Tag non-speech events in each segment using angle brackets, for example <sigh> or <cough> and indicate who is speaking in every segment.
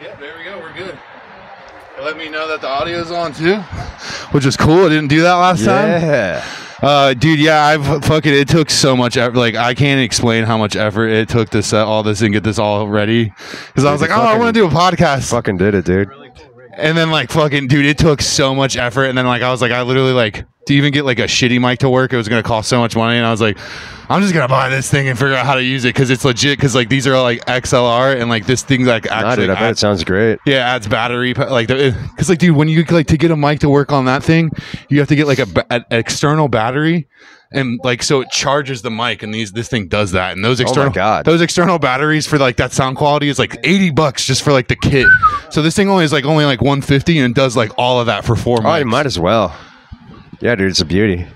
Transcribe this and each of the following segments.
Speaker 1: Yeah, there we go. We're good. Let me know that the audio's on too, <laughs> which is cool. I didn't do that last time.
Speaker 2: Yeah.
Speaker 1: Uh, dude, yeah, I've fucking. It took so much effort. Like, I can't explain how much effort it took to set all this and get this all ready. Because I was
Speaker 2: Dude,
Speaker 1: like,
Speaker 2: the
Speaker 1: oh, I
Speaker 2: fucking-
Speaker 1: want to do a podcast.
Speaker 2: Fucking did it, dude.
Speaker 1: And then like fucking dude, it took so much effort. And then like I was like, I literally like to even get like a shitty mic to work, it was gonna cost so much money. And I was like, I'm just gonna buy this thing and figure out how to use it because it's legit. Because like these are like XLR and like this thing's like
Speaker 2: Nah,
Speaker 1: actually
Speaker 2: dude, I bet it
Speaker 1: adds,
Speaker 2: sounds great.
Speaker 1: yeah adds battery pa- like because like dude, when you like to get a mic to work on that thing, you have to get like a ba- an external battery. And like so, it charges the mic, and these this thing does that. And those
Speaker 2: Oh my
Speaker 1: external
Speaker 2: God.
Speaker 1: those external batteries for like that sound quality is like 80 bucks just for like the kit. So this thing only is like only like 150 and it does like all of that for four
Speaker 2: Oh, you
Speaker 1: mics.
Speaker 2: might as well. Yeah, dude, it's a beauty.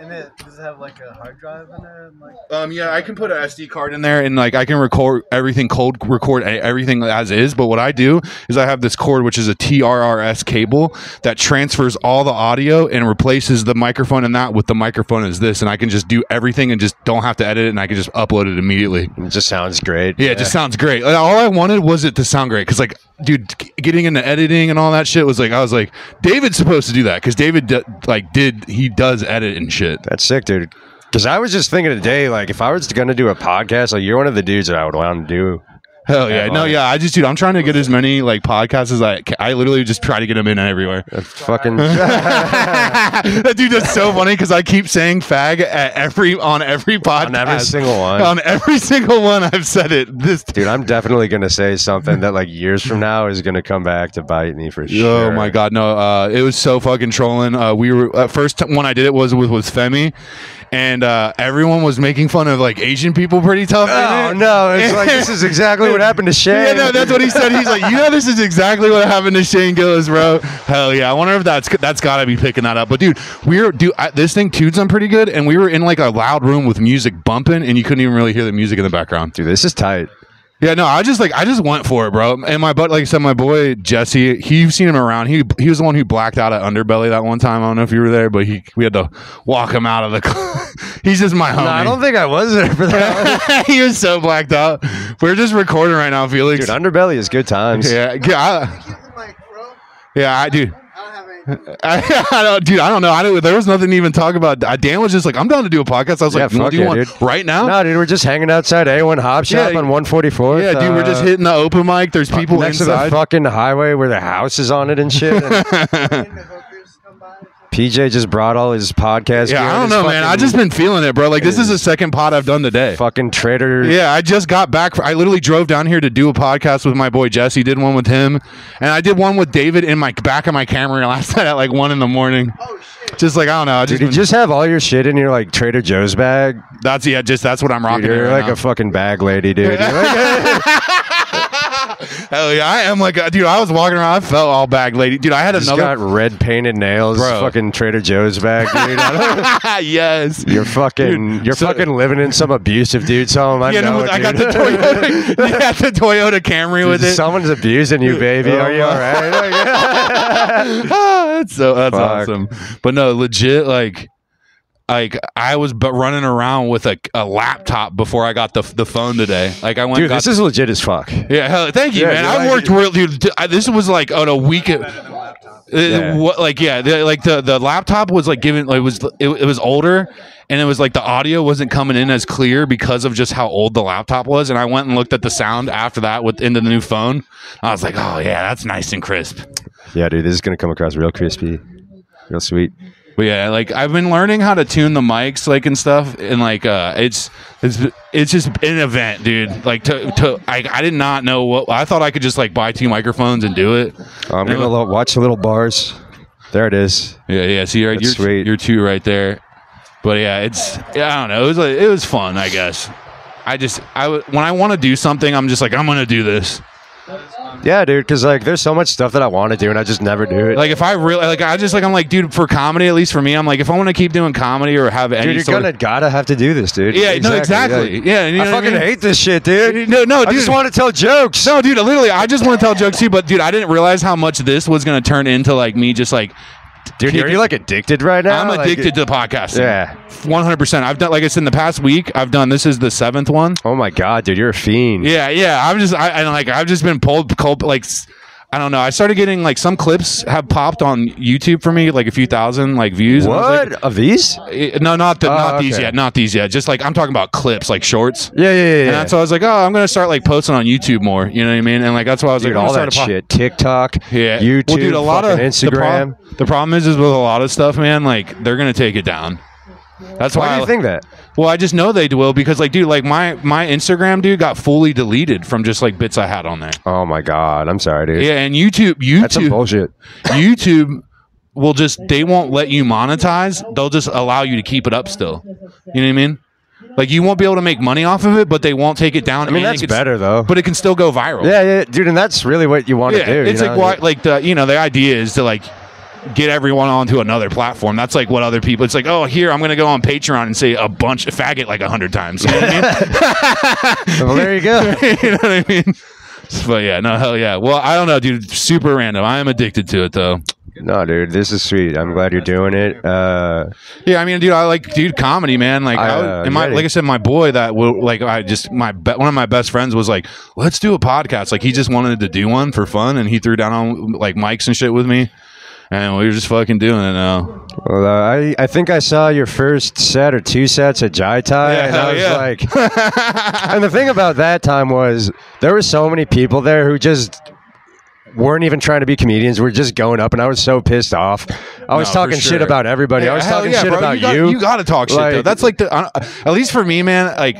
Speaker 3: And it does it have like a hard drive in there? And like,
Speaker 1: Um, yeah, I can put an SD card in there and like I can record everything cold, record e- everything as is. But what I do is I have this cord, which is a TRRS cable that transfers all the audio and replaces the microphone and that with the microphone as this. And I can just do everything and just don't have to edit it and I can just upload it immediately.
Speaker 2: It just sounds great.
Speaker 1: Yeah, it just sounds great. Like, all I wanted was it to sound great because, like, dude, g- getting into editing and all that shit was like, I was like, David's supposed to do that because David, d- like, did he does edit and shit.
Speaker 2: That's sick, dude. Because I was just thinking today, like, if I was going to do a podcast, like, you're one of the dudes that I would want to do.
Speaker 1: Hell yeah,
Speaker 2: Yeah,
Speaker 1: no,
Speaker 2: like-
Speaker 1: yeah. I just, dude, I'm trying to get as many like podcasts as I. Can. I literally just try to get them in everywhere.
Speaker 2: <laughs>
Speaker 1: <laughs>
Speaker 2: That's fucking.
Speaker 1: that dude, that's so funny because I keep saying fag at every on every podcast,
Speaker 2: On every single one.
Speaker 1: on every single one. I've said it. This.
Speaker 2: Dude, I'm definitely gonna say something that like years from now is gonna come back to bite me for <laughs>
Speaker 1: Oh
Speaker 2: sure.
Speaker 1: my god, no! Uh, it was so fucking trolling. Uh, we were uh, first t- one I did it was with was Femi, and uh, everyone was making fun of like Asian people pretty tough.
Speaker 2: Oh
Speaker 1: in it.
Speaker 2: no! It's like this is exactly what happened to Shane.
Speaker 1: <laughs> Yeah, no, that's what he said. He's like, you know, this is exactly what happened to Shane Gillis, bro. Hell yeah! I wonder if that's that's got to be picking that up. But dude, we were do I, this thing tunes on pretty good, and we were in like a loud room with music bumping, and you couldn't even really hear the music in the background.
Speaker 2: Dude, this is tight.
Speaker 1: Yeah, no, I just like I just went for it, bro. And my but like I said, my boy Jesse, he you've seen him around. He he was the one who blacked out at Underbelly that one time. I don't know if you were there, but he we had to walk him out of the. Club. <laughs> He's just my homie.
Speaker 2: No, I don't think I was there
Speaker 1: <laughs>
Speaker 2: for that.
Speaker 1: he was so blacked out. We're just recording right now, Felix.
Speaker 2: Dude, underbelly is good times.
Speaker 1: yeah, yeah, I,
Speaker 3: use the mic, bro.
Speaker 1: yeah, I do. <laughs>
Speaker 3: I don't have anything.
Speaker 1: I, I don't, dude. I don't know. I don't, there was nothing to even talk about. Uh, Dan was just like, "I'm down to do a podcast." I was
Speaker 2: Yeah,
Speaker 1: like, "You want
Speaker 2: fuck
Speaker 1: to do
Speaker 2: yeah,
Speaker 1: one
Speaker 2: dude.
Speaker 1: right now?"
Speaker 2: No, dude, we're just hanging outside A1 Hop Shop
Speaker 1: Oh. Yeah,
Speaker 2: on 144.
Speaker 1: yeah, dude. We're just hitting the open mic. There's people
Speaker 2: uh, next to
Speaker 1: inside.
Speaker 2: the fucking highway where the house is on it and shit.
Speaker 1: <laughs>
Speaker 2: And
Speaker 3: When the hookers come by.
Speaker 2: PJ just brought all his podcast. gear
Speaker 1: yeah, I
Speaker 2: and
Speaker 1: don't
Speaker 2: his
Speaker 1: know, man. I
Speaker 2: fucking-
Speaker 1: just been feeling it, bro. Like this is the second pod I've done today.
Speaker 2: <laughs> fucking traitor.
Speaker 1: Yeah, I just got back. I literally drove down here to do a podcast with my boy Jesse. Did one with him, and I did one with David in my back of my camera <laughs> last night at like one in the morning.
Speaker 3: Oh shit!
Speaker 1: Just like I don't know. I
Speaker 2: Dude,
Speaker 1: Just,
Speaker 2: you
Speaker 1: been-
Speaker 2: just have all your shit in your like Trader Joe's bag.
Speaker 1: that's yeah. Just that's what I'm
Speaker 2: Dude,
Speaker 1: rocking.
Speaker 2: you're
Speaker 1: here
Speaker 2: like
Speaker 1: right
Speaker 2: a fucking bag lady, dude. You're like,
Speaker 1: <laughs> now. hell yeah. I am like a, dude. I was walking around. I felt all bag lady. Dude, I had
Speaker 2: Just
Speaker 1: another.
Speaker 2: got red painted nails,
Speaker 1: Bro.
Speaker 2: fucking Trader Joe's bag, dude. I
Speaker 1: <laughs>
Speaker 2: don't-
Speaker 1: yes.
Speaker 2: you're fucking,
Speaker 1: Dude,
Speaker 2: you're
Speaker 1: so-
Speaker 2: fucking living in some abusive dude's home. I
Speaker 1: Yeah, no,
Speaker 2: know,
Speaker 1: I got the
Speaker 2: dude. <laughs>
Speaker 1: Toyota. you got the Toyota Camry with it.
Speaker 2: Someone's abusing you, baby. Are you
Speaker 1: Oh,
Speaker 2: all right?
Speaker 1: <laughs> Ah, that's so that's
Speaker 2: Fuck.
Speaker 1: awesome. But no, legit, like, like I was but running around with a, a laptop before I got the the phone today. Like I went,
Speaker 2: dude,
Speaker 1: got-
Speaker 2: this is legit as fuck.
Speaker 1: yeah, hell, thank you,
Speaker 2: Yeah,
Speaker 1: man.
Speaker 2: you're
Speaker 1: I
Speaker 2: like-
Speaker 1: worked real, dude. d- I- this was like on a weekend.
Speaker 2: Yeah.
Speaker 1: What like yeah the, like the the laptop was like given like, it was it, it was older and it was like the audio wasn't coming in as clear because of just how old the laptop was and I went and looked at the sound after that with into the new phone I was like oh yeah that's nice and crisp
Speaker 2: Yeah, dude, this is gonna come across real crispy, real sweet.
Speaker 1: But yeah, like I've been learning how to tune the mics, like and stuff, and like uh, it's it's it's just an event, dude. Like to to I I did not know what I thought I could just like buy two microphones and do it.
Speaker 2: I'm gonna lo- watch the little bars. There it is.
Speaker 1: Yeah, yeah. See, right, you're
Speaker 2: That's sweet.
Speaker 1: you're two right there. But yeah, it's yeah, I don't know. It was like, it was fun, I guess. I just I w- when I want to do something, I'm just like I'm gonna do this.
Speaker 2: Yeah, dude, because like there's so much stuff that I want to do and I just never do it.
Speaker 1: Like if I really like, I just like I'm like, dude, for comedy at least for me, I'm like, if I want to keep doing comedy or have any
Speaker 2: dude, you're
Speaker 1: sort
Speaker 2: gonna
Speaker 1: of,
Speaker 2: gotta have to do this, dude.
Speaker 1: Yeah, no, exactly. Yeah, you know
Speaker 2: I
Speaker 1: what I
Speaker 2: fucking
Speaker 1: mean?
Speaker 2: hate this shit, dude.
Speaker 1: no, no,
Speaker 2: I just
Speaker 1: dude.
Speaker 2: want to tell jokes.
Speaker 1: No, dude, literally, I just want to tell jokes too, but dude, I didn't realize how much this was going to turn into like me just like
Speaker 2: Dude, are you like addicted right now?
Speaker 1: I'm
Speaker 2: Like,
Speaker 1: addicted to podcasting.
Speaker 2: Yeah.
Speaker 1: 100%. I've done, like I said, in the past week, I've done, this is the seventh one.
Speaker 2: Oh my god, dude, you're a fiend.
Speaker 1: Yeah, yeah. I'm just, I, I like, I've just been pulled, cold, like, s- I don't know. I started getting like some clips have popped on YouTube for me, like a few thousand like views. and I was like,
Speaker 2: What of these?
Speaker 1: Eh, No, not the,
Speaker 2: Oh,
Speaker 1: not these
Speaker 2: okay.
Speaker 1: yet, not these yet. Just like I'm talking about clips, like shorts.
Speaker 2: Yeah, yeah, yeah.
Speaker 1: And that's why I was like, oh, I'm gonna start like posting on YouTube more. You know what I mean? And like that's why I was
Speaker 2: dude,
Speaker 1: like, I'm
Speaker 2: all
Speaker 1: gonna
Speaker 2: that
Speaker 1: start a po-
Speaker 2: shit. TikTok,
Speaker 1: Yeah,
Speaker 2: YouTube,
Speaker 1: Well, dude, a lot of
Speaker 2: fucking
Speaker 1: the pro-
Speaker 2: Instagram.
Speaker 1: The, problem is, is with a lot of stuff, man. Like they're gonna take it down. That's why.
Speaker 2: Why do
Speaker 1: I,
Speaker 2: you think that?
Speaker 1: Well, I just know they will because, like, dude, like my my Instagram dude got fully deleted from just like bits I had on there.
Speaker 2: Oh my god, I'm sorry, dude.
Speaker 1: Yeah, and YouTube,
Speaker 2: That's some
Speaker 1: YouTube,
Speaker 2: bullshit.
Speaker 1: YouTube will just they won't let you monetize. They'll just allow you to keep it up still. You know what I mean? Like you won't be able to make money off of it, but they won't take it down.
Speaker 2: I mean,
Speaker 1: and it
Speaker 2: that's
Speaker 1: can-
Speaker 2: better though.
Speaker 1: But it can still go viral.
Speaker 2: yeah, yeah, dude, and that's really what you want to
Speaker 1: Yeah,
Speaker 2: do. you
Speaker 1: it's
Speaker 2: know
Speaker 1: like
Speaker 2: what I
Speaker 1: why,
Speaker 2: mean?
Speaker 1: like the you know the idea is to like get everyone onto another platform. That's like what other people. It's like oh here I'm gonna go on Patreon and say a bunch of faggot like a hundred times. You know, what I
Speaker 2: Well, there
Speaker 1: <laughs>
Speaker 2: you go. <laughs>
Speaker 1: mean? You know what I mean? But yeah, no hell yeah. Well, I don't know, dude. Super random. I am addicted to it though.
Speaker 2: no, dude, this is sweet. I'm glad you're doing it. Uh,
Speaker 1: Yeah, I mean, dude, I like dude comedy, man. Like,
Speaker 2: I,
Speaker 1: I,
Speaker 2: uh,
Speaker 1: and my,
Speaker 2: yeah.
Speaker 1: like I said, my boy that will like I just my be- one of my best friends was like, let's do a podcast. Like he just wanted to do one for fun, and he threw down on like mics and shit with me, and we were just fucking doing it now.
Speaker 2: well, uh, I I think I saw your first set or two sets at Jai Tai,
Speaker 1: Yeah,
Speaker 2: and
Speaker 1: hell
Speaker 2: I was
Speaker 1: yeah.
Speaker 2: like,
Speaker 1: <laughs>
Speaker 2: And the thing about that time was there were so many people there who just weren't even trying to be comedians. Were just going up, and I was so pissed off. I was
Speaker 1: No, for
Speaker 2: talking
Speaker 1: sure.
Speaker 2: shit about everybody. I was
Speaker 1: Hell
Speaker 2: talking
Speaker 1: yeah,
Speaker 2: shit
Speaker 1: bro.
Speaker 2: about
Speaker 1: you. Got, got to talk shit though.
Speaker 2: Like-
Speaker 1: That's like the I don't- at least for me, man. Like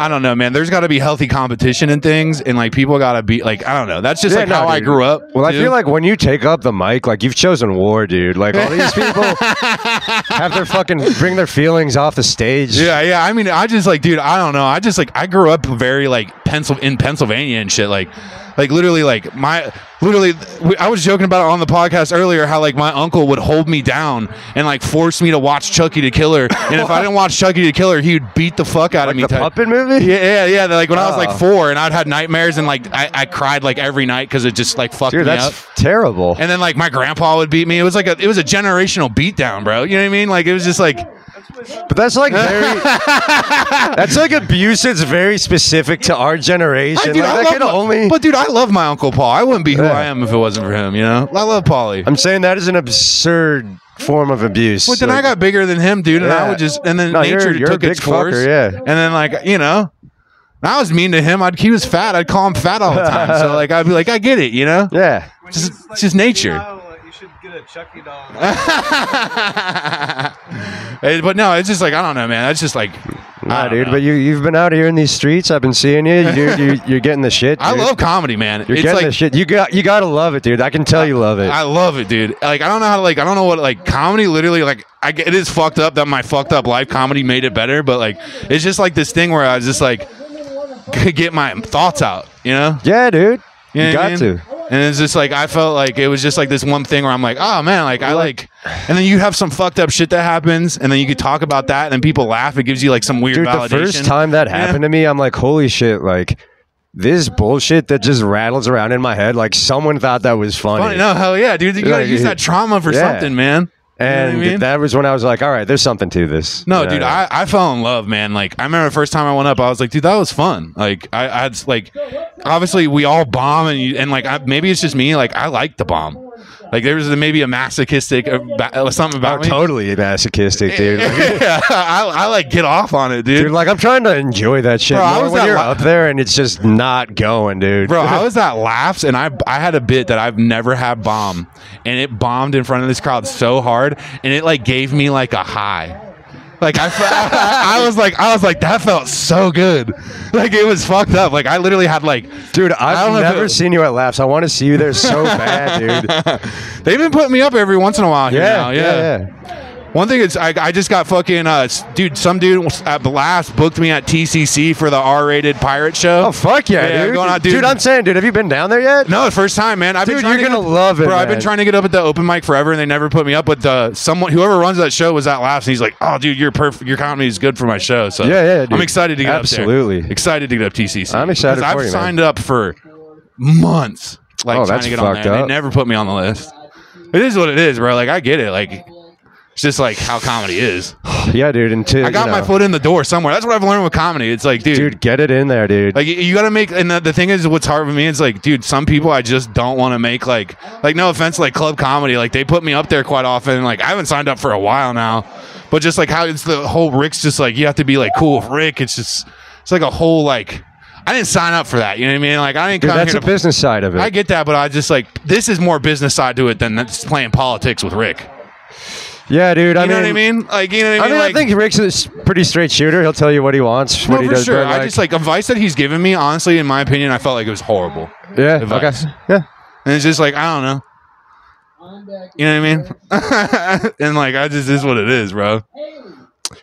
Speaker 1: I don't know, man. There's got to be healthy competition and things, and like people got to be like I don't know. That's just
Speaker 2: Yeah,
Speaker 1: like
Speaker 2: no,
Speaker 1: how I
Speaker 2: dude.
Speaker 1: grew up.
Speaker 2: Well, I
Speaker 1: dude.
Speaker 2: feel like when you take up the mic, like you've chosen war, dude. Like all these
Speaker 1: <laughs>
Speaker 2: people have their fucking bring their feelings off the stage.
Speaker 1: Yeah, yeah. I mean, I just like, dude. I don't know. I just like, I grew up very like pencil in Pennsylvania and shit. Like, like literally, like my literally, we, I was joking about it on the podcast earlier how like my uncle would hold me down and like force me to watch Chucky the Killer, and if I didn't watch Chucky the Killer, he would beat the fuck out of
Speaker 2: like
Speaker 1: me.
Speaker 2: the
Speaker 1: type-
Speaker 2: puppet movie.
Speaker 1: yeah, yeah, yeah. Like when I was
Speaker 2: Oh.
Speaker 1: like four, and I'd had nightmares, and like I, I cried like every night because it just like fucked me
Speaker 2: dude, that's
Speaker 1: up.
Speaker 2: terrible.
Speaker 1: And then like my grandpa would beat me. It was like a it was a generational beatdown, bro. You know what I mean? Like it was just like
Speaker 2: But that's
Speaker 1: <laughs>
Speaker 2: like very. that's like abuse. It's very specific to our generation.
Speaker 1: dude,
Speaker 2: like, that
Speaker 1: love
Speaker 2: can
Speaker 1: my-
Speaker 2: only.
Speaker 1: But dude, I love my uncle Paul. I wouldn't be who
Speaker 2: Yeah.
Speaker 1: I am if it wasn't for him. You know, I love Paulie.
Speaker 2: I'm saying that is an absurd form of abuse.
Speaker 1: But then I
Speaker 2: Like-
Speaker 1: got bigger than him, dude, and I
Speaker 2: Yeah.
Speaker 1: would just and then
Speaker 2: No,
Speaker 1: nature
Speaker 2: you're- you're a
Speaker 1: took its
Speaker 2: big fucker,
Speaker 1: course.
Speaker 2: yeah.
Speaker 1: and then like you know, and I was mean to him. I'd he was fat. I'd call him fat all the time. so like I'd be like, I get it, you
Speaker 2: <laughs>
Speaker 1: know.
Speaker 2: yeah.
Speaker 3: When
Speaker 1: Just-
Speaker 3: he's,
Speaker 1: it's just nature.
Speaker 3: You, know, you should get a
Speaker 1: <laughs>
Speaker 3: Chucky doll.
Speaker 1: Eh, but no, it's just like I don't know, man. That's just like, I
Speaker 2: Nah,
Speaker 1: don't
Speaker 2: dude,
Speaker 1: know.
Speaker 2: but you you've been out here in these streets. I've been seeing you. You you you're getting the
Speaker 1: <laughs>
Speaker 2: shit.
Speaker 1: I
Speaker 2: dude.
Speaker 1: love comedy, man.
Speaker 2: You're
Speaker 1: it's
Speaker 2: getting
Speaker 1: like
Speaker 2: the shit. You got you gotta love it, dude. I can tell you love it.
Speaker 1: I love it, dude. Like I don't know how to like I don't know what like comedy literally like I get- it is fucked up that my fucked up life comedy made it better, but like it's just like this thing where I was just like could get my thoughts out, you know?
Speaker 2: yeah, dude. You,
Speaker 1: know what
Speaker 2: got
Speaker 1: I mean?
Speaker 2: to.
Speaker 1: And it's just like I felt like it was just like this one thing where I'm like, oh man, like I like, and then you have some fucked up shit that happens, and then you could talk about that, and then people laugh. It gives you like some weird
Speaker 2: Dude,
Speaker 1: validation.
Speaker 2: the first time that happened to me, I'm like, holy shit, like this bullshit that just rattles around in my head, like someone thought that was funny.
Speaker 1: Funny, no, hell yeah, dude. You gotta
Speaker 2: Like,
Speaker 1: use that trauma for
Speaker 2: yeah.
Speaker 1: something, man. You know what I
Speaker 2: And
Speaker 1: mean?
Speaker 2: that was when I was like, all right, there's something to this.
Speaker 1: No,
Speaker 2: Yeah.
Speaker 1: dude, I, I fell in love, man. Like I remember the first time I went up, I was like, dude, that was fun. Like I, I had like, obviously we all bomb and you, and like I, maybe it's just me. Like I like the bomb. Like there was maybe a masochistic uh, ba- uh, something
Speaker 2: I'm
Speaker 1: about me.
Speaker 2: totally masochistic, dude.
Speaker 1: <laughs>
Speaker 2: Like,
Speaker 1: yeah, I, I like get off on it, dude.
Speaker 2: Dude, like I'm trying to enjoy that shit.
Speaker 1: Bro, I
Speaker 2: more
Speaker 1: was
Speaker 2: when
Speaker 1: at
Speaker 2: you're
Speaker 1: la-
Speaker 2: up there and it's just not going, dude.
Speaker 1: Bro, I was at laughs and I I had a bit that I've never had bomb, and it bombed in front of this crowd so hard, and it like gave me like a high. Like I, fe- <laughs> I, was like I was like that felt so good, like it was fucked up. Like I literally had like,
Speaker 2: <laughs> dude,
Speaker 1: I
Speaker 2: I've
Speaker 1: don't know if
Speaker 2: never
Speaker 1: it-
Speaker 2: seen you at laughs. I want to see you
Speaker 1: <laughs>
Speaker 2: there so bad, dude.
Speaker 1: they've been putting me up every once in a while. Here now.
Speaker 2: Yeah, yeah,
Speaker 1: yeah,
Speaker 2: yeah.
Speaker 1: One thing is, I, I just got fucking uh, s- dude. Some dude was- at Blast booked me at TCC for the R-rated pirate show.
Speaker 2: Oh fuck yeah,
Speaker 1: Yeah,
Speaker 2: dude.
Speaker 1: going out, dude.
Speaker 2: dude. I'm saying, dude, have you been down there yet?
Speaker 1: No, first time, man. I've been
Speaker 2: Dude,
Speaker 1: trying
Speaker 2: you're
Speaker 1: to
Speaker 2: gonna
Speaker 1: get-
Speaker 2: love it,
Speaker 1: bro. I've been
Speaker 2: man.
Speaker 1: trying to get up at the open mic forever, and they never put me up. But uh, someone, whoever runs that show, was at laughs, and he's like, "Oh, dude, your perf- your comedy is good for my show." So
Speaker 2: Yeah, yeah, dude.
Speaker 1: I'm excited to get up there.
Speaker 2: Absolutely.
Speaker 1: excited to get up TCC.
Speaker 2: I'm excited
Speaker 1: 'Cause
Speaker 2: for
Speaker 1: I've
Speaker 2: you, man.
Speaker 1: signed up for months, like
Speaker 2: Oh,
Speaker 1: trying
Speaker 2: that's
Speaker 1: to get on
Speaker 2: fucked
Speaker 1: there. and They
Speaker 2: up.
Speaker 1: never put me on the list. It is what it is, bro. Like I get it. Like it's just like how comedy is.
Speaker 2: Yeah, dude. Until
Speaker 1: I got
Speaker 2: you
Speaker 1: my
Speaker 2: know.
Speaker 1: foot in the door somewhere. That's what I've learned with comedy. It's like, dude,
Speaker 2: dude. Get it in there, dude.
Speaker 1: like you- you got to make. And the, the thing is, what's hard for me is like, dude, some people I just don't want to make like, like no offense, like club comedy. Like they put me up there quite often. Like I haven't signed up for a while now, but just like how it's the whole Rick's just like you have to be like cool with Rick. It's just it's like a whole like. I didn't sign up for that. You know what I mean? Like I didn't
Speaker 2: dude,
Speaker 1: come
Speaker 2: that's
Speaker 1: here
Speaker 2: the
Speaker 1: to
Speaker 2: business side of it.
Speaker 1: I get that, but I just like this is more business side to it than that's playing politics with Rick. You
Speaker 2: yeah, dude. I
Speaker 1: know
Speaker 2: mean,
Speaker 1: what I mean? Like you know what I
Speaker 2: I
Speaker 1: mean?
Speaker 2: mean,
Speaker 1: like,
Speaker 2: I think Rick's a s- pretty straight shooter. He'll tell you what he wants,
Speaker 1: no,
Speaker 2: what he
Speaker 1: for
Speaker 2: does.
Speaker 1: sure.
Speaker 2: but,
Speaker 1: I just like advice that he's given me. Honestly, in my opinion, I felt like it was horrible,
Speaker 2: yeah,
Speaker 1: advice.
Speaker 2: okay, yeah.
Speaker 1: and it's just like I don't know. You know what I mean? <laughs> and like I just this is what it is, bro.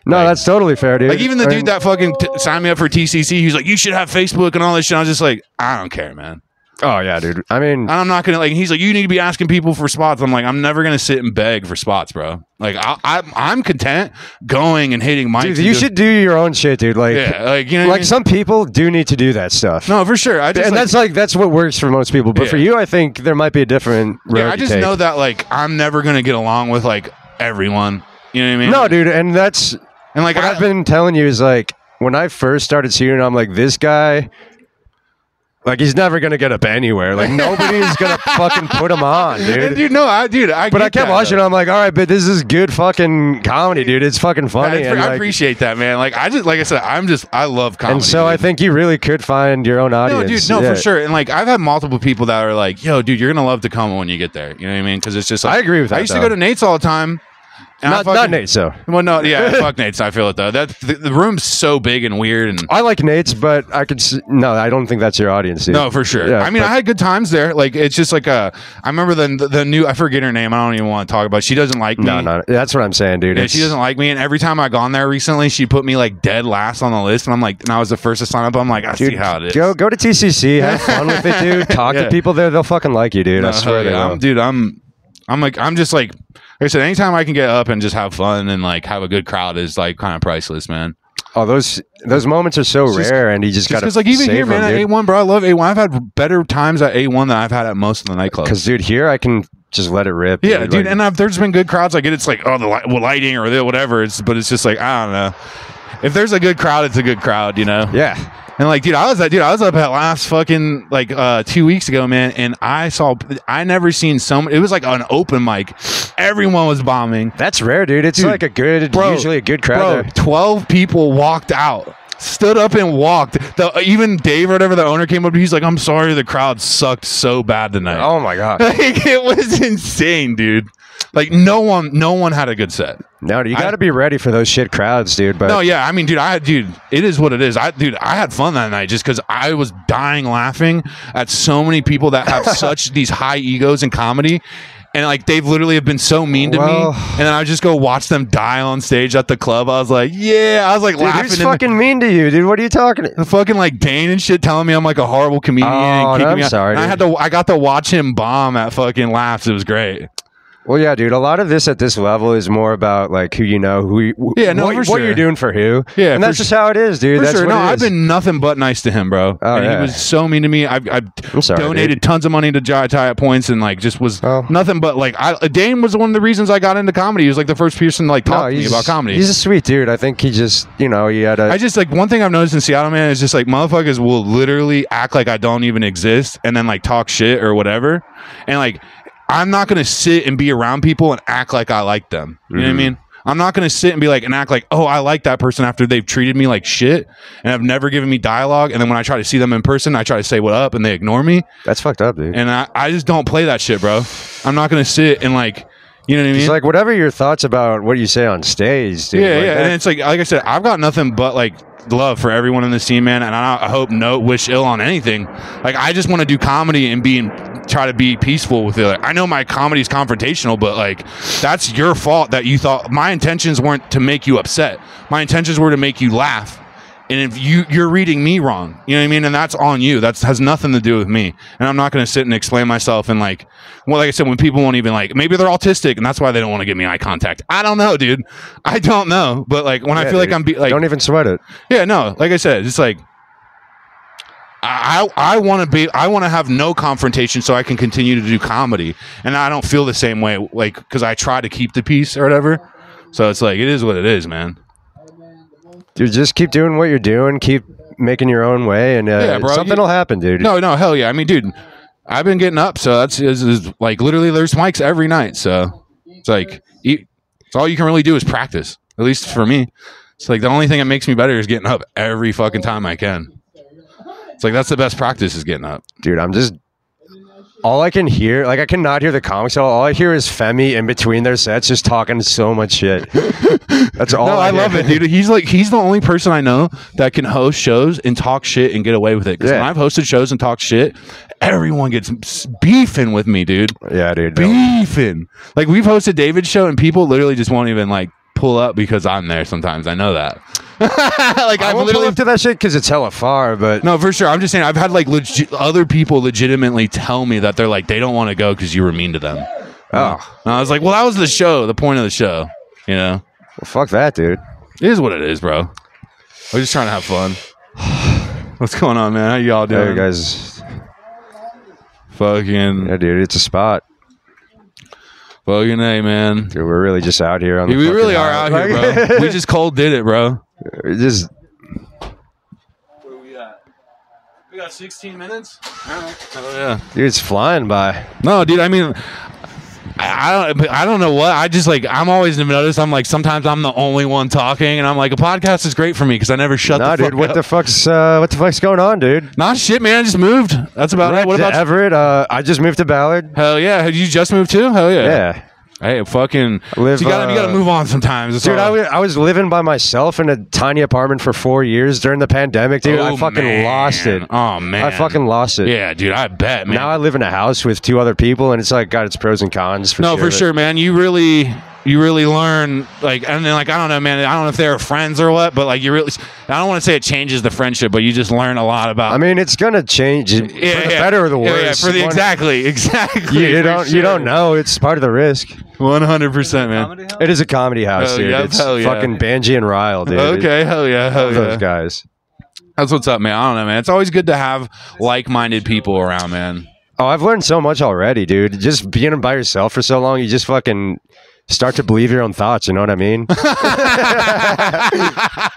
Speaker 2: No,
Speaker 1: Like-
Speaker 2: that's totally fair, dude.
Speaker 1: Like even the
Speaker 2: I
Speaker 1: dude
Speaker 2: mean,
Speaker 1: that fucking t- signed me up for TCC, he's like, you should have Facebook and all this shit. I was just like, I don't care, man.
Speaker 2: Oh yeah, dude. I mean,
Speaker 1: And I'm not gonna like. He's like, you need to be asking people for spots. I'm like, I'm never gonna sit and beg for spots, bro. Like, I, I I'm content going and hitting mics.
Speaker 2: dude,
Speaker 1: and
Speaker 2: you
Speaker 1: doing-
Speaker 2: should do your own shit, dude. Like,
Speaker 1: yeah, like you know, what I
Speaker 2: like
Speaker 1: mean?
Speaker 2: some people do need to do that stuff.
Speaker 1: no, for sure. I just
Speaker 2: and
Speaker 1: like,
Speaker 2: that's like that's what works for most people. But for
Speaker 1: Yeah.
Speaker 2: you, I think there might be a different. Road
Speaker 1: yeah, I
Speaker 2: to
Speaker 1: just
Speaker 2: take.
Speaker 1: know that like I'm never gonna get along with like everyone. You know what I mean?
Speaker 2: No, dude, and that's
Speaker 1: and like
Speaker 2: what
Speaker 1: I,
Speaker 2: I've been telling you is like when I first started shooting, I'm like this guy. Like he's never gonna get up anywhere. Like
Speaker 1: <laughs>
Speaker 2: nobody's gonna fucking put him on,
Speaker 1: dude,
Speaker 2: dude.
Speaker 1: dude, no, I dude, I
Speaker 2: But
Speaker 1: get
Speaker 2: I kept
Speaker 1: that,
Speaker 2: watching.
Speaker 1: though.
Speaker 2: I'm like, all right, but this is good fucking comedy, dude. It's fucking
Speaker 1: I,
Speaker 2: funny.
Speaker 1: I
Speaker 2: and, like-
Speaker 1: appreciate that, man. Like I just like I said, I'm just I love comedy.
Speaker 2: and so
Speaker 1: dude.
Speaker 2: I think you really could find your own audience.
Speaker 1: No, dude, no,
Speaker 2: Yeah.
Speaker 1: for sure. And like, I've had multiple people that are like, "Yo, dude, you're gonna love Tacoma when you get there." You know what I mean? Because it's just like,
Speaker 2: I agree with
Speaker 1: I
Speaker 2: that,
Speaker 1: used to
Speaker 2: though.
Speaker 1: go to Nate's all the time. And I
Speaker 2: Not,
Speaker 1: fucking-
Speaker 2: not Nate. So
Speaker 1: Well, no,
Speaker 2: <laughs>
Speaker 1: yeah, fuck Nate's. I feel it though. That the, the room's so big and weird,
Speaker 2: <laughs>
Speaker 1: and
Speaker 2: I like Nate's, but I could s- no. I don't think that's your audience. Dude.
Speaker 1: no, for sure.
Speaker 2: Yeah,
Speaker 1: I mean,
Speaker 2: but-
Speaker 1: I had good times there. Like, it's just like a. I remember the the new. I forget her name. I don't even want to talk about. It. She doesn't like me.
Speaker 2: no, no. That's what I'm saying, dude.
Speaker 1: Yeah,
Speaker 2: It's-
Speaker 1: she doesn't like me, and every time I gone there recently, she put me like dead last on the list, and I'm like, and I was the first to sign up. I'm like, I see
Speaker 2: Dude,
Speaker 1: how it is.
Speaker 2: go go to
Speaker 1: <laughs>
Speaker 2: TCC. Have fun with it, dude. Talk
Speaker 1: Yeah.
Speaker 2: to people there; they'll fucking like you, dude. I
Speaker 1: No,
Speaker 2: swear
Speaker 1: hell
Speaker 2: they
Speaker 1: Uh-huh. yeah.
Speaker 2: will.
Speaker 1: I'm, dude. I'm, I'm like, I'm just like, like I said, anytime I can get up and just have fun and like have a good crowd is like kind of priceless, man.
Speaker 2: Oh, those those moments are so
Speaker 1: It's just-
Speaker 2: rare, and you just,
Speaker 1: Just
Speaker 2: gotta
Speaker 1: because, like, even
Speaker 2: save
Speaker 1: here, man,
Speaker 2: them,
Speaker 1: at A
Speaker 2: dude.
Speaker 1: one, bro, I love A one. I've had better times at A one than I've had at most of the nightclubs.
Speaker 2: Because, dude, here I can just let it rip.
Speaker 1: Yeah, dude,
Speaker 2: Like,
Speaker 1: and I've, there's been good crowds. I get it's like oh the light, well, lighting or the whatever. It's but it's just like I don't know. If there's a good crowd, it's a good crowd, you know.
Speaker 2: yeah,
Speaker 1: And like, dude, I was at dude, I was up at last fucking like uh two weeks ago, man, and I saw I never seen so many. It was like an open mic. Everyone was bombing.
Speaker 2: that's rare, dude. It's
Speaker 1: Dude,
Speaker 2: like a good,
Speaker 1: Bro,
Speaker 2: usually a good
Speaker 1: bro,
Speaker 2: crowd. there.
Speaker 1: 12 people walked out stood up and walked the uh, even dave or whatever the owner came up to me, he's like i'm sorry the crowd sucked so bad tonight
Speaker 2: Oh my
Speaker 1: <laughs>
Speaker 2: god!
Speaker 1: like it was insane dude like no one no one had a good set
Speaker 2: No, you
Speaker 1: I-
Speaker 2: got to be ready for those shit crowds, dude. But
Speaker 1: no yeah i mean dude i dude it is what it is i dude i had fun that night just because i was dying laughing at so many people that <laughs> have such these high egos in comedy and like they've literally have been so mean to
Speaker 2: Well-
Speaker 1: me, and then I would just go watch them die on stage at the club. I was like, yeah, I was like
Speaker 2: dude,
Speaker 1: laughing.
Speaker 2: who's
Speaker 1: in the-
Speaker 2: fucking mean to you, dude? What are you talking?
Speaker 1: the <laughs> fucking like Dane and shit telling me I'm like a horrible comedian. and
Speaker 2: Oh,
Speaker 1: kicking
Speaker 2: I'm
Speaker 1: me out.
Speaker 2: sorry,
Speaker 1: And I had to. I got to watch him bomb at fucking laughs. It was great.
Speaker 2: Well, yeah, dude. A lot of this at this level is more about like who you know, who you, wh-
Speaker 1: Yeah, no,
Speaker 2: what,
Speaker 1: for
Speaker 2: what
Speaker 1: sure.
Speaker 2: you're doing for who.
Speaker 1: Yeah,
Speaker 2: and
Speaker 1: for
Speaker 2: that's just how it is, dude.
Speaker 1: For
Speaker 2: that's
Speaker 1: sure.
Speaker 2: what
Speaker 1: No,
Speaker 2: it
Speaker 1: I've
Speaker 2: is.
Speaker 1: been nothing but nice to him, bro.
Speaker 2: Oh,
Speaker 1: and
Speaker 2: yeah.
Speaker 1: he was so mean to me. I've, I've
Speaker 2: I'm sorry, dude.
Speaker 1: donated tons of money to Jai Tie at points, and like just was
Speaker 2: Oh.
Speaker 1: nothing but like. I, Dane was one of the reasons I got into comedy. He was like the first person to like talk to me
Speaker 2: he's-
Speaker 1: about comedy.
Speaker 2: He's a sweet dude. I think he just, you know, he had a.
Speaker 1: I just like one thing I've noticed in Seattle, man, is just like motherfuckers will literally act like I don't even exist and then like talk shit or whatever. And like, I'm not going to sit and be around people and act like I like them. You know what I mean? I'm not going to sit and be like, and act like, oh, I like that person after they've treated me like shit and have never given me dialogue. And then when I try to see them in person, I try to say what up and they ignore me.
Speaker 2: that's fucked up, dude.
Speaker 1: And I, I just don't play that shit, bro. I'm not going to sit and like, you know what I mean?
Speaker 2: It's like whatever your thoughts about what you say on stage, dude.
Speaker 1: Yeah,
Speaker 2: like eh,
Speaker 1: yeah,
Speaker 2: that-
Speaker 1: and it's like, like I said, I've got nothing but like love for everyone in this team, man. And I, I hope no wish ill on anything. Like I just want to do comedy and be try to be peaceful with it. Like, I know my comedy's confrontational, but like that's your fault that you thought my intentions weren't to make you upset. My intentions were to make you laugh. And if you you're reading me wrong, you know what I mean, and that's on you. That's has nothing to do with me. And I'm not going to sit and explain myself and like, well, like I said, when people won't even like, maybe they're autistic and that's why they don't want to give me eye contact. I don't know, dude. I don't know. But like when I
Speaker 2: yeah,
Speaker 1: feel like
Speaker 2: dude. e
Speaker 1: I'm be- like,
Speaker 2: don't even sweat it.
Speaker 1: yeah, no, like I said, it's like I I want to be I want to have no confrontation so I can continue to do comedy, and I don't feel the same way like because I try to keep the peace or whatever. So it's like it is what it is, man.
Speaker 2: Dude, just keep doing what you're doing. Keep making your own way, and uh,
Speaker 1: Yeah, bro,
Speaker 2: something
Speaker 1: you-
Speaker 2: will happen, dude.
Speaker 1: No, no, hell yeah. I mean, dude, I've been getting up, so that's is, is like literally there's mics every night. So it's like eat, it's all you can really do is practice. At least for me, it's like the only thing that makes me better is getting up every fucking time I can. It's like that's the best practice is getting up.
Speaker 2: dude, I'm just. All I can hear, like I cannot hear the comics. All, all I hear is Femi in between their sets, just talking so
Speaker 1: <laughs>
Speaker 2: much shit. That's all.
Speaker 1: no, I
Speaker 2: hear.
Speaker 1: love it, dude. He's like he's the only person I know that can host shows and talk shit and get away with it. Because
Speaker 2: Yeah.
Speaker 1: when I've hosted shows and talked shit, everyone gets beefing with me, dude.
Speaker 2: Yeah, dude. no.
Speaker 1: beefing. Like we've hosted David's show and people literally just won't even like pull up because I'm there sometimes. I know that. <laughs> like
Speaker 2: I
Speaker 1: I've
Speaker 2: won't
Speaker 1: literally
Speaker 2: pull up to that shit because it's hella far.
Speaker 1: <laughs>
Speaker 2: But
Speaker 1: no, for sure. I'm just saying I've had like legi- other people legitimately tell me that they're like they don't want to go because you were mean to them.
Speaker 2: oh,
Speaker 1: And I was like, well, that was the show, the point of the show. You know,
Speaker 2: well, fuck that, dude.
Speaker 1: it is what it is, bro. We're just trying to have fun. <sighs> What's going on, man? How y'all doing?
Speaker 2: There, you guys.
Speaker 1: Fucking,
Speaker 2: Yeah, dude, it's a spot.
Speaker 1: fucking a, man.
Speaker 2: Dude, we're really just out here on.
Speaker 1: We
Speaker 2: the fucking
Speaker 1: really are out
Speaker 2: island.
Speaker 1: here,
Speaker 2: Like- <laughs>
Speaker 1: bro. we just cold did it, bro.
Speaker 2: We're just
Speaker 1: Where we at? We got 16 minutes. Oh yeah.
Speaker 2: dude, it's flying by.
Speaker 1: No, dude. I mean, I I don't. I don't know what. I just like. I'm always noticed. I'm like. Sometimes I'm the only one talking, and I'm like, a podcast is great for me because I never shut
Speaker 2: Nah,
Speaker 1: the fuck
Speaker 2: dude, what
Speaker 1: up.
Speaker 2: the fuck's uh, what the fuck's going on, dude?
Speaker 1: Not shit, man. I just moved. That's about it. What about? you?
Speaker 2: Everett? Uh, I just moved to Ballard.
Speaker 1: Hell yeah! Have you just moved too? Hell yeah!
Speaker 2: Yeah,
Speaker 1: Hey, fucking.
Speaker 2: I live,
Speaker 1: you gotta you gotta
Speaker 2: uh,
Speaker 1: move on sometimes. That's
Speaker 2: dude,
Speaker 1: all.
Speaker 2: I was, I was living by myself in a tiny apartment for four years during the pandemic, dude.
Speaker 1: Oh,
Speaker 2: I fucking
Speaker 1: man.
Speaker 2: lost it.
Speaker 1: Oh man.
Speaker 2: I fucking lost it.
Speaker 1: Yeah, dude. I bet, man.
Speaker 2: Now I live in a house with two other people, and it's like got its pros and cons. For
Speaker 1: no
Speaker 2: sure,
Speaker 1: for
Speaker 2: but-
Speaker 1: sure man you really you really learn like and then like i don't know man i don't know if they're friends or what but like you really i don't want to say it changes the friendship but you just learn a lot about
Speaker 2: I mean, it's gonna change for
Speaker 1: Yeah,
Speaker 2: the
Speaker 1: yeah.
Speaker 2: better or the
Speaker 1: Yeah,
Speaker 2: worse.
Speaker 1: yeah, for the
Speaker 2: One-
Speaker 1: exactly <laughs> exactly
Speaker 2: <laughs> You,
Speaker 1: for
Speaker 2: don't you
Speaker 1: sure.
Speaker 2: don't know. It's part of the risk.
Speaker 1: 100% man
Speaker 3: Comedy house?
Speaker 2: It is a comedy house,
Speaker 1: Oh,
Speaker 2: dude.
Speaker 1: yeah,
Speaker 2: it's
Speaker 1: hell yeah.
Speaker 2: fucking Banji and Ryle, dude.
Speaker 1: okay hell yeah hell
Speaker 2: Love those
Speaker 1: yeah
Speaker 2: guys.
Speaker 1: that's what's up man i don't know man it's always good to have like-minded people around man
Speaker 2: Oh, I've learned so much already, dude. Just being by yourself for so long, you just fucking start to believe your own thoughts. You know what
Speaker 1: <laughs>
Speaker 2: I mean? start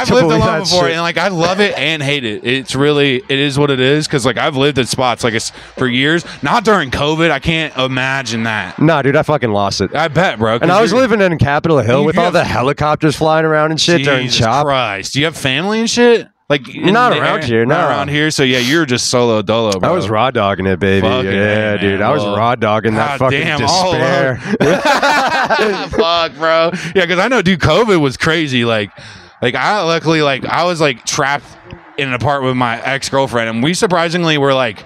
Speaker 1: I've
Speaker 2: to
Speaker 1: lived
Speaker 2: believe
Speaker 1: alone
Speaker 2: that
Speaker 1: before,
Speaker 2: shit.
Speaker 1: and like I love it and hate it. It's really it is what it is because like I've lived at spots like it's for years. Not during COVID. I can't imagine that.
Speaker 2: Nah, dude, I fucking lost it.
Speaker 1: I bet, bro. 'cause
Speaker 2: And I was
Speaker 1: you're-
Speaker 2: living in Capitol Hill
Speaker 1: You-
Speaker 2: with
Speaker 1: you
Speaker 2: all
Speaker 1: have-
Speaker 2: the helicopters flying around and shit during
Speaker 1: Jesus
Speaker 2: chop.
Speaker 1: Christ, do you have family and shit? Like in
Speaker 2: Not
Speaker 1: the
Speaker 2: around
Speaker 1: area?
Speaker 2: here,
Speaker 1: not
Speaker 2: no.
Speaker 1: around here. So yeah, you're just solo dolo, bro.
Speaker 2: I was raw dogging it, baby.
Speaker 1: Fucking
Speaker 2: yeah,
Speaker 1: A, man.
Speaker 2: dude. I was
Speaker 1: Well,
Speaker 2: raw dogging
Speaker 1: God
Speaker 2: that fucking
Speaker 1: damn, all
Speaker 2: despair.
Speaker 1: Fuck, bro. Yeah, because I know, dude. COVID was crazy. Like, like I luckily like I was like trapped in an apartment with my ex girlfriend, and we surprisingly were like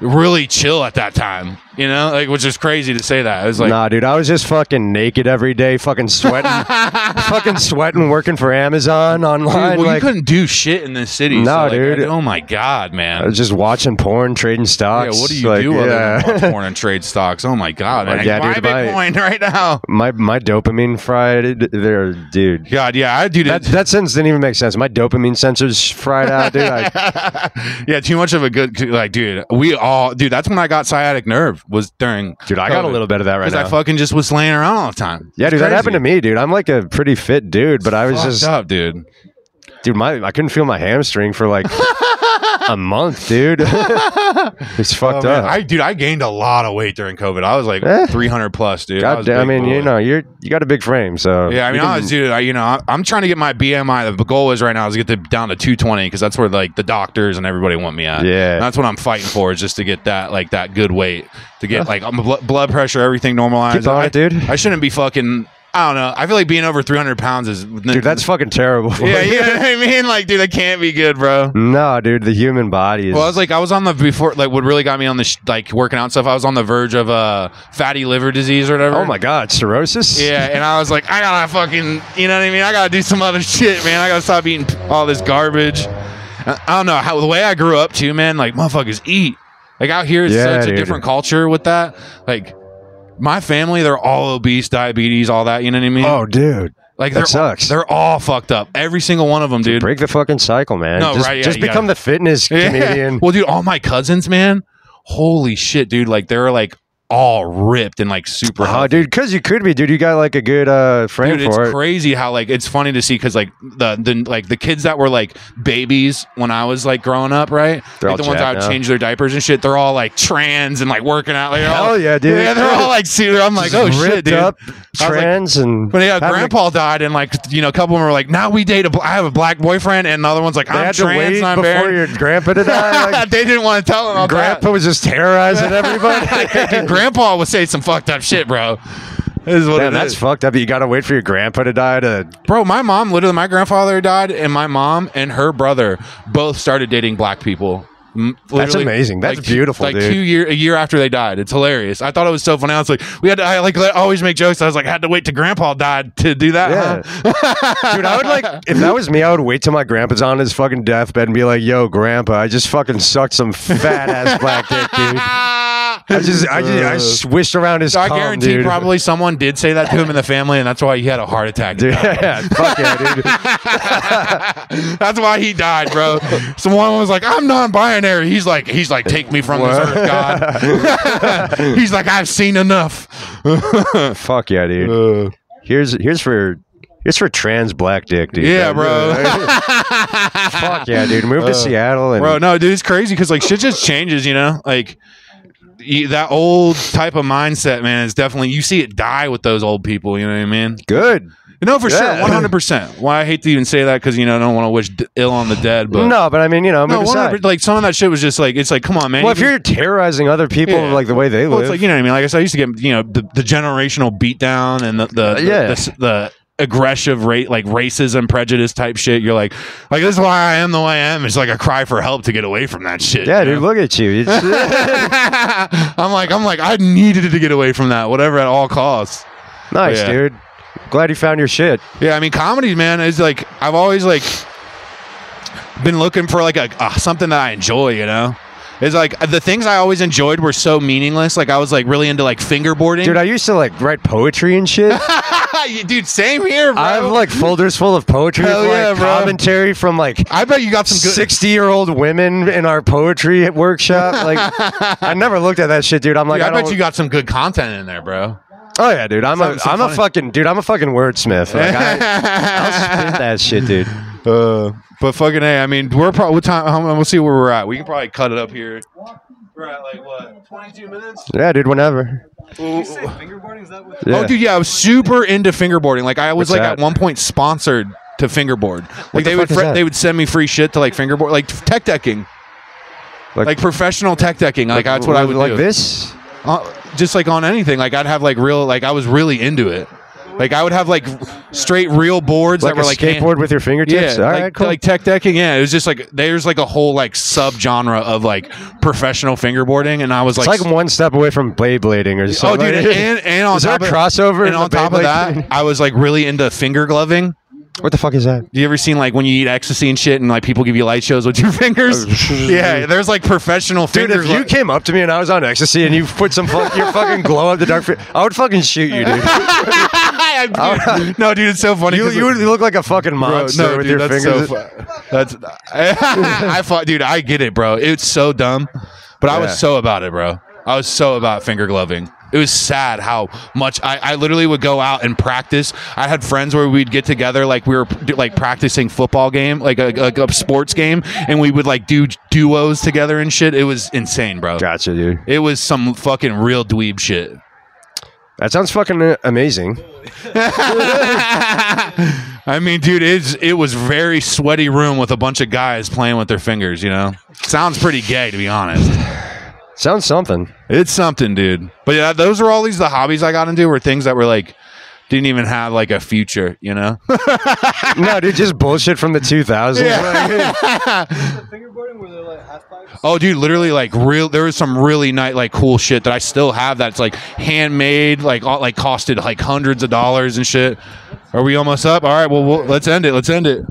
Speaker 1: really chill at that time. You know, like which is crazy to say that. It was like.
Speaker 2: nah, dude. I was just fucking naked every day, fucking sweating,
Speaker 1: <laughs>
Speaker 2: fucking sweating, working for Amazon
Speaker 1: Dude,
Speaker 2: online.
Speaker 1: well, you
Speaker 2: like,
Speaker 1: couldn't do shit in this city.
Speaker 2: No,
Speaker 1: so, like, I-
Speaker 2: dude.
Speaker 1: Oh my god, man.
Speaker 2: I was just watching porn, trading
Speaker 1: Yeah,
Speaker 2: stocks.
Speaker 1: what do you
Speaker 2: like,
Speaker 1: do
Speaker 2: yeah.
Speaker 1: other than watch porn and trade stocks? Oh my god,
Speaker 2: Like,
Speaker 1: man!
Speaker 2: yeah,
Speaker 1: buy
Speaker 2: dude, buy-
Speaker 1: Bitcoin right now.
Speaker 2: <laughs> my my dopamine fried there, dude.
Speaker 1: God, yeah, I do
Speaker 2: That
Speaker 1: that.
Speaker 2: that sentence didn't even make sense. My dopamine sensors fried out,
Speaker 1: <laughs>
Speaker 2: dude. I,
Speaker 1: yeah, too much of a good like, dude. We all, dude. That's when I got sciatic nerve was during
Speaker 2: dude, I got a
Speaker 1: COVID.
Speaker 2: little bit of that right
Speaker 1: because
Speaker 2: now.
Speaker 1: I fucking just was laying around all the time.
Speaker 2: yeah,
Speaker 1: It's
Speaker 2: dude, that
Speaker 1: crazy.
Speaker 2: happened to me, dude. I'm like a pretty fit dude, but I was
Speaker 1: Fucked
Speaker 2: just
Speaker 1: up, dude.
Speaker 2: dude, my I couldn't feel my hamstring for
Speaker 1: <laughs>
Speaker 2: like a month, dude. it's
Speaker 1: Oh,
Speaker 2: fucked
Speaker 1: man.
Speaker 2: up.
Speaker 1: I, dude, I gained a lot of weight during COVID. I was like
Speaker 2: Eh.
Speaker 1: 300 plus, dude. I
Speaker 2: God
Speaker 1: was
Speaker 2: damn, I
Speaker 1: big
Speaker 2: mean,
Speaker 1: boy.
Speaker 2: you know, you're you got a big frame, so
Speaker 1: Yeah, I mean,
Speaker 2: you
Speaker 1: I was, dude. I, you know, I, I'm trying to get my BMI. The goal is right now is to get the, down to 220 because that's where like the doctors and everybody want me at.
Speaker 2: Yeah.
Speaker 1: And that's what I'm fighting for is just to get that like that good weight to get like um, bl- blood pressure, everything normalized.
Speaker 2: Keep on
Speaker 1: I,
Speaker 2: it, dude.
Speaker 1: I shouldn't be fucking. I don't know. I feel like being over 300 pounds is
Speaker 2: dude, that's fucking terrible.
Speaker 1: <laughs> yeah.
Speaker 2: <laughs>
Speaker 1: You know what I mean? Like, dude, that can't be good, bro.
Speaker 2: No, dude, the human body is
Speaker 1: Well, I was like, I was on the before, like, what really got me on the sh- like working out stuff. I was on the verge of uh, fatty liver disease or whatever.
Speaker 2: Oh my god,
Speaker 1: <laughs>
Speaker 2: cirrhosis?
Speaker 1: Yeah, and I was like, I gotta fucking, you know what I mean? I gotta do some other shit, man. I gotta stop eating all this garbage. I I don't know how the way I grew up too, man. Like motherfuckers eat. Like out here, it's
Speaker 2: Yeah,
Speaker 1: such
Speaker 2: dude.
Speaker 1: a different culture with that. Like my family, they're all obese, diabetes, all that. You know what I mean?
Speaker 2: Oh, dude.
Speaker 1: Like
Speaker 2: That
Speaker 1: they're
Speaker 2: sucks.
Speaker 1: they're all fucked up. Every single one of them, dude.
Speaker 2: Break the fucking cycle, man.
Speaker 1: No,
Speaker 2: just
Speaker 1: right, yeah,
Speaker 2: just
Speaker 1: you
Speaker 2: become the
Speaker 1: <laughs>
Speaker 2: fitness
Speaker 1: Yeah.
Speaker 2: comedian.
Speaker 1: Well, dude, all my cousins, man. Holy shit, dude! Like they're like all ripped and like super.
Speaker 2: Oh,
Speaker 1: healthy.
Speaker 2: dude, because you could be, dude. You got like a good uh, frame
Speaker 1: Dude, it's
Speaker 2: for it.
Speaker 1: crazy how like it's funny to see because like the, the like the kids that were like babies when I was like growing up, right?
Speaker 2: They're
Speaker 1: like
Speaker 2: all
Speaker 1: the ones that
Speaker 2: jacked
Speaker 1: would
Speaker 2: up.
Speaker 1: change their diapers and shit. They're all like trans and like working out. Like, they're all-
Speaker 2: Hell yeah, dude.
Speaker 1: Yeah, they're all like, see, I'm like, oh shit,
Speaker 2: ripped
Speaker 1: dude.
Speaker 2: up,
Speaker 1: I was like-
Speaker 2: trans, and
Speaker 1: But yeah,
Speaker 2: having a-
Speaker 1: grandpa died, and like you know, a couple of them were like, "Now we date a. Bl- I have a black boyfriend," and another one's like,
Speaker 2: they
Speaker 1: "I'm
Speaker 2: had to
Speaker 1: trans,
Speaker 2: wait
Speaker 1: and I'm
Speaker 2: before
Speaker 1: married." <laughs>
Speaker 2: your grandpa to die. Like,
Speaker 1: they didn't want to tell him. All
Speaker 2: grandpa was just
Speaker 1: <laughs>
Speaker 2: terrorizing everybody.
Speaker 1: that. Dude, grandpa would say some fucked up shit, bro. This is what
Speaker 2: Damn,
Speaker 1: it
Speaker 2: that's
Speaker 1: is.
Speaker 2: fucked up. You gotta wait for your grandpa to die to.
Speaker 1: bro. My mom, literally, my grandfather died, and my mom and her brother both started dating black people. M- literally,
Speaker 2: amazing. That's
Speaker 1: like,
Speaker 2: beautiful,
Speaker 1: Like
Speaker 2: dude.
Speaker 1: two year, a year after they died, it's hilarious. I thought it was so funny. I was like, we had to, I like I always make jokes. I was like, I had to wait till grandpa died to do that.
Speaker 2: Yeah.
Speaker 1: huh? Uh-huh. <laughs>
Speaker 2: Dude, I would like if that was me, I would wait till my grandpa's on his fucking deathbed and be like, "Yo, grandpa, I just fucking sucked some fat ass black dick, dude.
Speaker 1: Ah!
Speaker 2: I just, I just,
Speaker 1: <laughs>
Speaker 2: I swished around his.
Speaker 1: So I
Speaker 2: cum,
Speaker 1: guarantee
Speaker 2: dude.
Speaker 1: probably someone did say that to him in the family, and that's why he had a heart attack.
Speaker 2: <laughs> Dude, yeah, fuck yeah, dude.
Speaker 1: <laughs> That's why he died, bro. Someone was like, "I'm non-binary." He's like, he's like, "Take me from this
Speaker 2: What?
Speaker 1: earth, God." <laughs>
Speaker 2: <laughs>
Speaker 1: he's like, "I've seen enough." <laughs>
Speaker 2: Fuck yeah, dude.
Speaker 1: Uh.
Speaker 2: Here's here's for here's for trans black dick, dude.
Speaker 1: Yeah, bro.
Speaker 2: Fuck yeah, dude. Move to Seattle and
Speaker 1: bro, no, dude, it's crazy because like shit just changes, you know, like. You, that old type of mindset, man, is definitely you see it die with those old people. You know what I mean?
Speaker 2: good.
Speaker 1: No, for
Speaker 2: Yeah.
Speaker 1: sure, one hundred percent. Why I hate to even say that because you know I don't want to wish d- ill on the dead, but
Speaker 2: no, but I mean, you know,
Speaker 1: no,
Speaker 2: move
Speaker 1: one
Speaker 2: aside.
Speaker 1: hundred. Like some of that shit was just like it's like, come on, man.
Speaker 2: Well,
Speaker 1: you
Speaker 2: if
Speaker 1: can-
Speaker 2: you're terrorizing other people
Speaker 1: Yeah.
Speaker 2: like the way they
Speaker 1: Well,
Speaker 2: live,
Speaker 1: it's like you know what I mean. Like I said, I used to get you know the, the generational beatdown and the the the,
Speaker 2: Yeah.
Speaker 1: the, the aggressive rate like racism prejudice type shit. You're like like this is why I am the way I am. It's like a cry for help to get away from that shit.
Speaker 2: yeah,
Speaker 1: you
Speaker 2: dude,
Speaker 1: know?
Speaker 2: look at you.
Speaker 1: <laughs>
Speaker 2: It's-
Speaker 1: I'm like I'm like I needed to get away from that whatever at all costs.
Speaker 2: nice,
Speaker 1: Yeah.
Speaker 2: dude. Glad you found your shit.
Speaker 1: Yeah, I mean, comedy, man, is like I've always like been looking for like a, uh, something that I enjoy. You know, it's like uh, the things I always enjoyed were so meaningless. Like I was like really into like fingerboarding.
Speaker 2: Dude, I used to like write poetry
Speaker 1: <laughs>
Speaker 2: and shit.
Speaker 1: You- dude, same here, bro.
Speaker 2: I have like folders full of poetry
Speaker 1: Hell
Speaker 2: with, like
Speaker 1: yeah, bro.
Speaker 2: commentary from like
Speaker 1: I bet you got some good.
Speaker 2: 60 year old women in our poetry workshop.
Speaker 1: <laughs>
Speaker 2: Like, I never looked at that shit, dude. I'm like,
Speaker 1: dude,
Speaker 2: I,
Speaker 1: I,
Speaker 2: don't,
Speaker 1: bet you got some good content in there, bro.
Speaker 2: Oh yeah, dude. I'm a
Speaker 1: Some- some
Speaker 2: am a
Speaker 1: funny-
Speaker 2: fucking dude. I'm a fucking wordsmith. <laughs>
Speaker 1: <laughs>
Speaker 2: Like, I, I'll spit that shit, dude.
Speaker 1: Uh, but fucking a, I mean, we're probably what time. how- We'll see where we're at. We can probably cut it up here.
Speaker 3: We're at like what, 22 minutes?
Speaker 2: Yeah, dude. Whenever.
Speaker 3: Did you say fingerboarding? Is that what?
Speaker 2: Yeah.
Speaker 1: Oh, dude, yeah, I was super into fingerboarding. Like I was
Speaker 2: What's
Speaker 1: like at
Speaker 2: that?
Speaker 1: one point sponsored to fingerboard. Like
Speaker 2: the
Speaker 1: they would
Speaker 2: fuck is
Speaker 1: fr-
Speaker 2: that?
Speaker 1: they would send me free shit to like fingerboard, like tech decking.
Speaker 2: Like-
Speaker 1: Like, professional tech decking, like, that's what I would
Speaker 2: like
Speaker 1: do.
Speaker 2: this.
Speaker 1: Uh, just like on anything, like I'd have like real, like I was really into it. Like I would have like straight real boards
Speaker 2: Like
Speaker 1: that
Speaker 2: a
Speaker 1: were like hand-
Speaker 2: skateboard with your fingertips. All right,
Speaker 1: like,
Speaker 2: cool.
Speaker 1: like tech decking. Yeah, it was just like there's like a whole like subgenre of like professional fingerboarding, and I was
Speaker 2: it's
Speaker 1: like,
Speaker 2: like one step away from bladeblading or
Speaker 1: oh,
Speaker 2: something.
Speaker 1: dude,
Speaker 2: <laughs> Like-
Speaker 1: and, and on
Speaker 2: is there a
Speaker 1: top of,
Speaker 2: crossover? in
Speaker 1: and
Speaker 2: the
Speaker 1: on top of
Speaker 2: Beyblade
Speaker 1: that,
Speaker 2: thing?
Speaker 1: I was like really into finger gloving.
Speaker 2: what the fuck is that?
Speaker 1: Do you ever seen like when you eat ecstasy and shit, and like people give you light shows with your <laughs> fingers?
Speaker 2: <laughs>
Speaker 1: yeah, there's like professional
Speaker 2: Oh, Dude,
Speaker 1: finger
Speaker 2: if you
Speaker 1: <laughs> glo-
Speaker 2: came up to me and I was on ecstasy and you put some fuck, your fucking glow up the dark, fi- I would fucking shoot
Speaker 1: <laughs>
Speaker 2: you, dude. <laughs>
Speaker 1: Dude, no, dude, it's so funny.
Speaker 2: You,
Speaker 1: 'cause,
Speaker 2: you would look like a fucking
Speaker 1: Bro,
Speaker 2: monster
Speaker 1: no,
Speaker 2: with
Speaker 1: dude,
Speaker 2: your
Speaker 1: that's
Speaker 2: fingers.
Speaker 1: so
Speaker 2: <laughs>
Speaker 1: fu- that's <laughs> I thought, dude, I get it, bro. It's so dumb, but I
Speaker 2: Yeah.
Speaker 1: was so about it, bro. I was so about finger gloving. It was sad how much I, I literally would go out and practice. I had friends where we'd get together, like we were do- like practicing football game, like a, a, a sports game, and we would like do duos together and shit. It was insane, bro.
Speaker 2: gotcha, dude.
Speaker 1: It was some fucking real dweeb shit.
Speaker 2: That sounds fucking uh, amazing.
Speaker 1: I mean, dude, it's it was very sweaty room with a bunch of guys playing with their fingers. You know, sounds pretty gay to be honest. <laughs>
Speaker 2: Sounds something.
Speaker 1: It's something, dude. But yeah, those were all these the hobbies I got into were things that were like didn't even have like a future. You know,
Speaker 2: no, dude, just bullshit from the 2000s.
Speaker 3: Is it fingerboarding where they're like half pipes?
Speaker 1: oh, dude, literally like real. There was some really nice, like cool shit that I still have. That's like handmade, like all, like costed like hundreds of dollars and shit. Are we almost up? All right, well, we'll let's end it. Let's end it.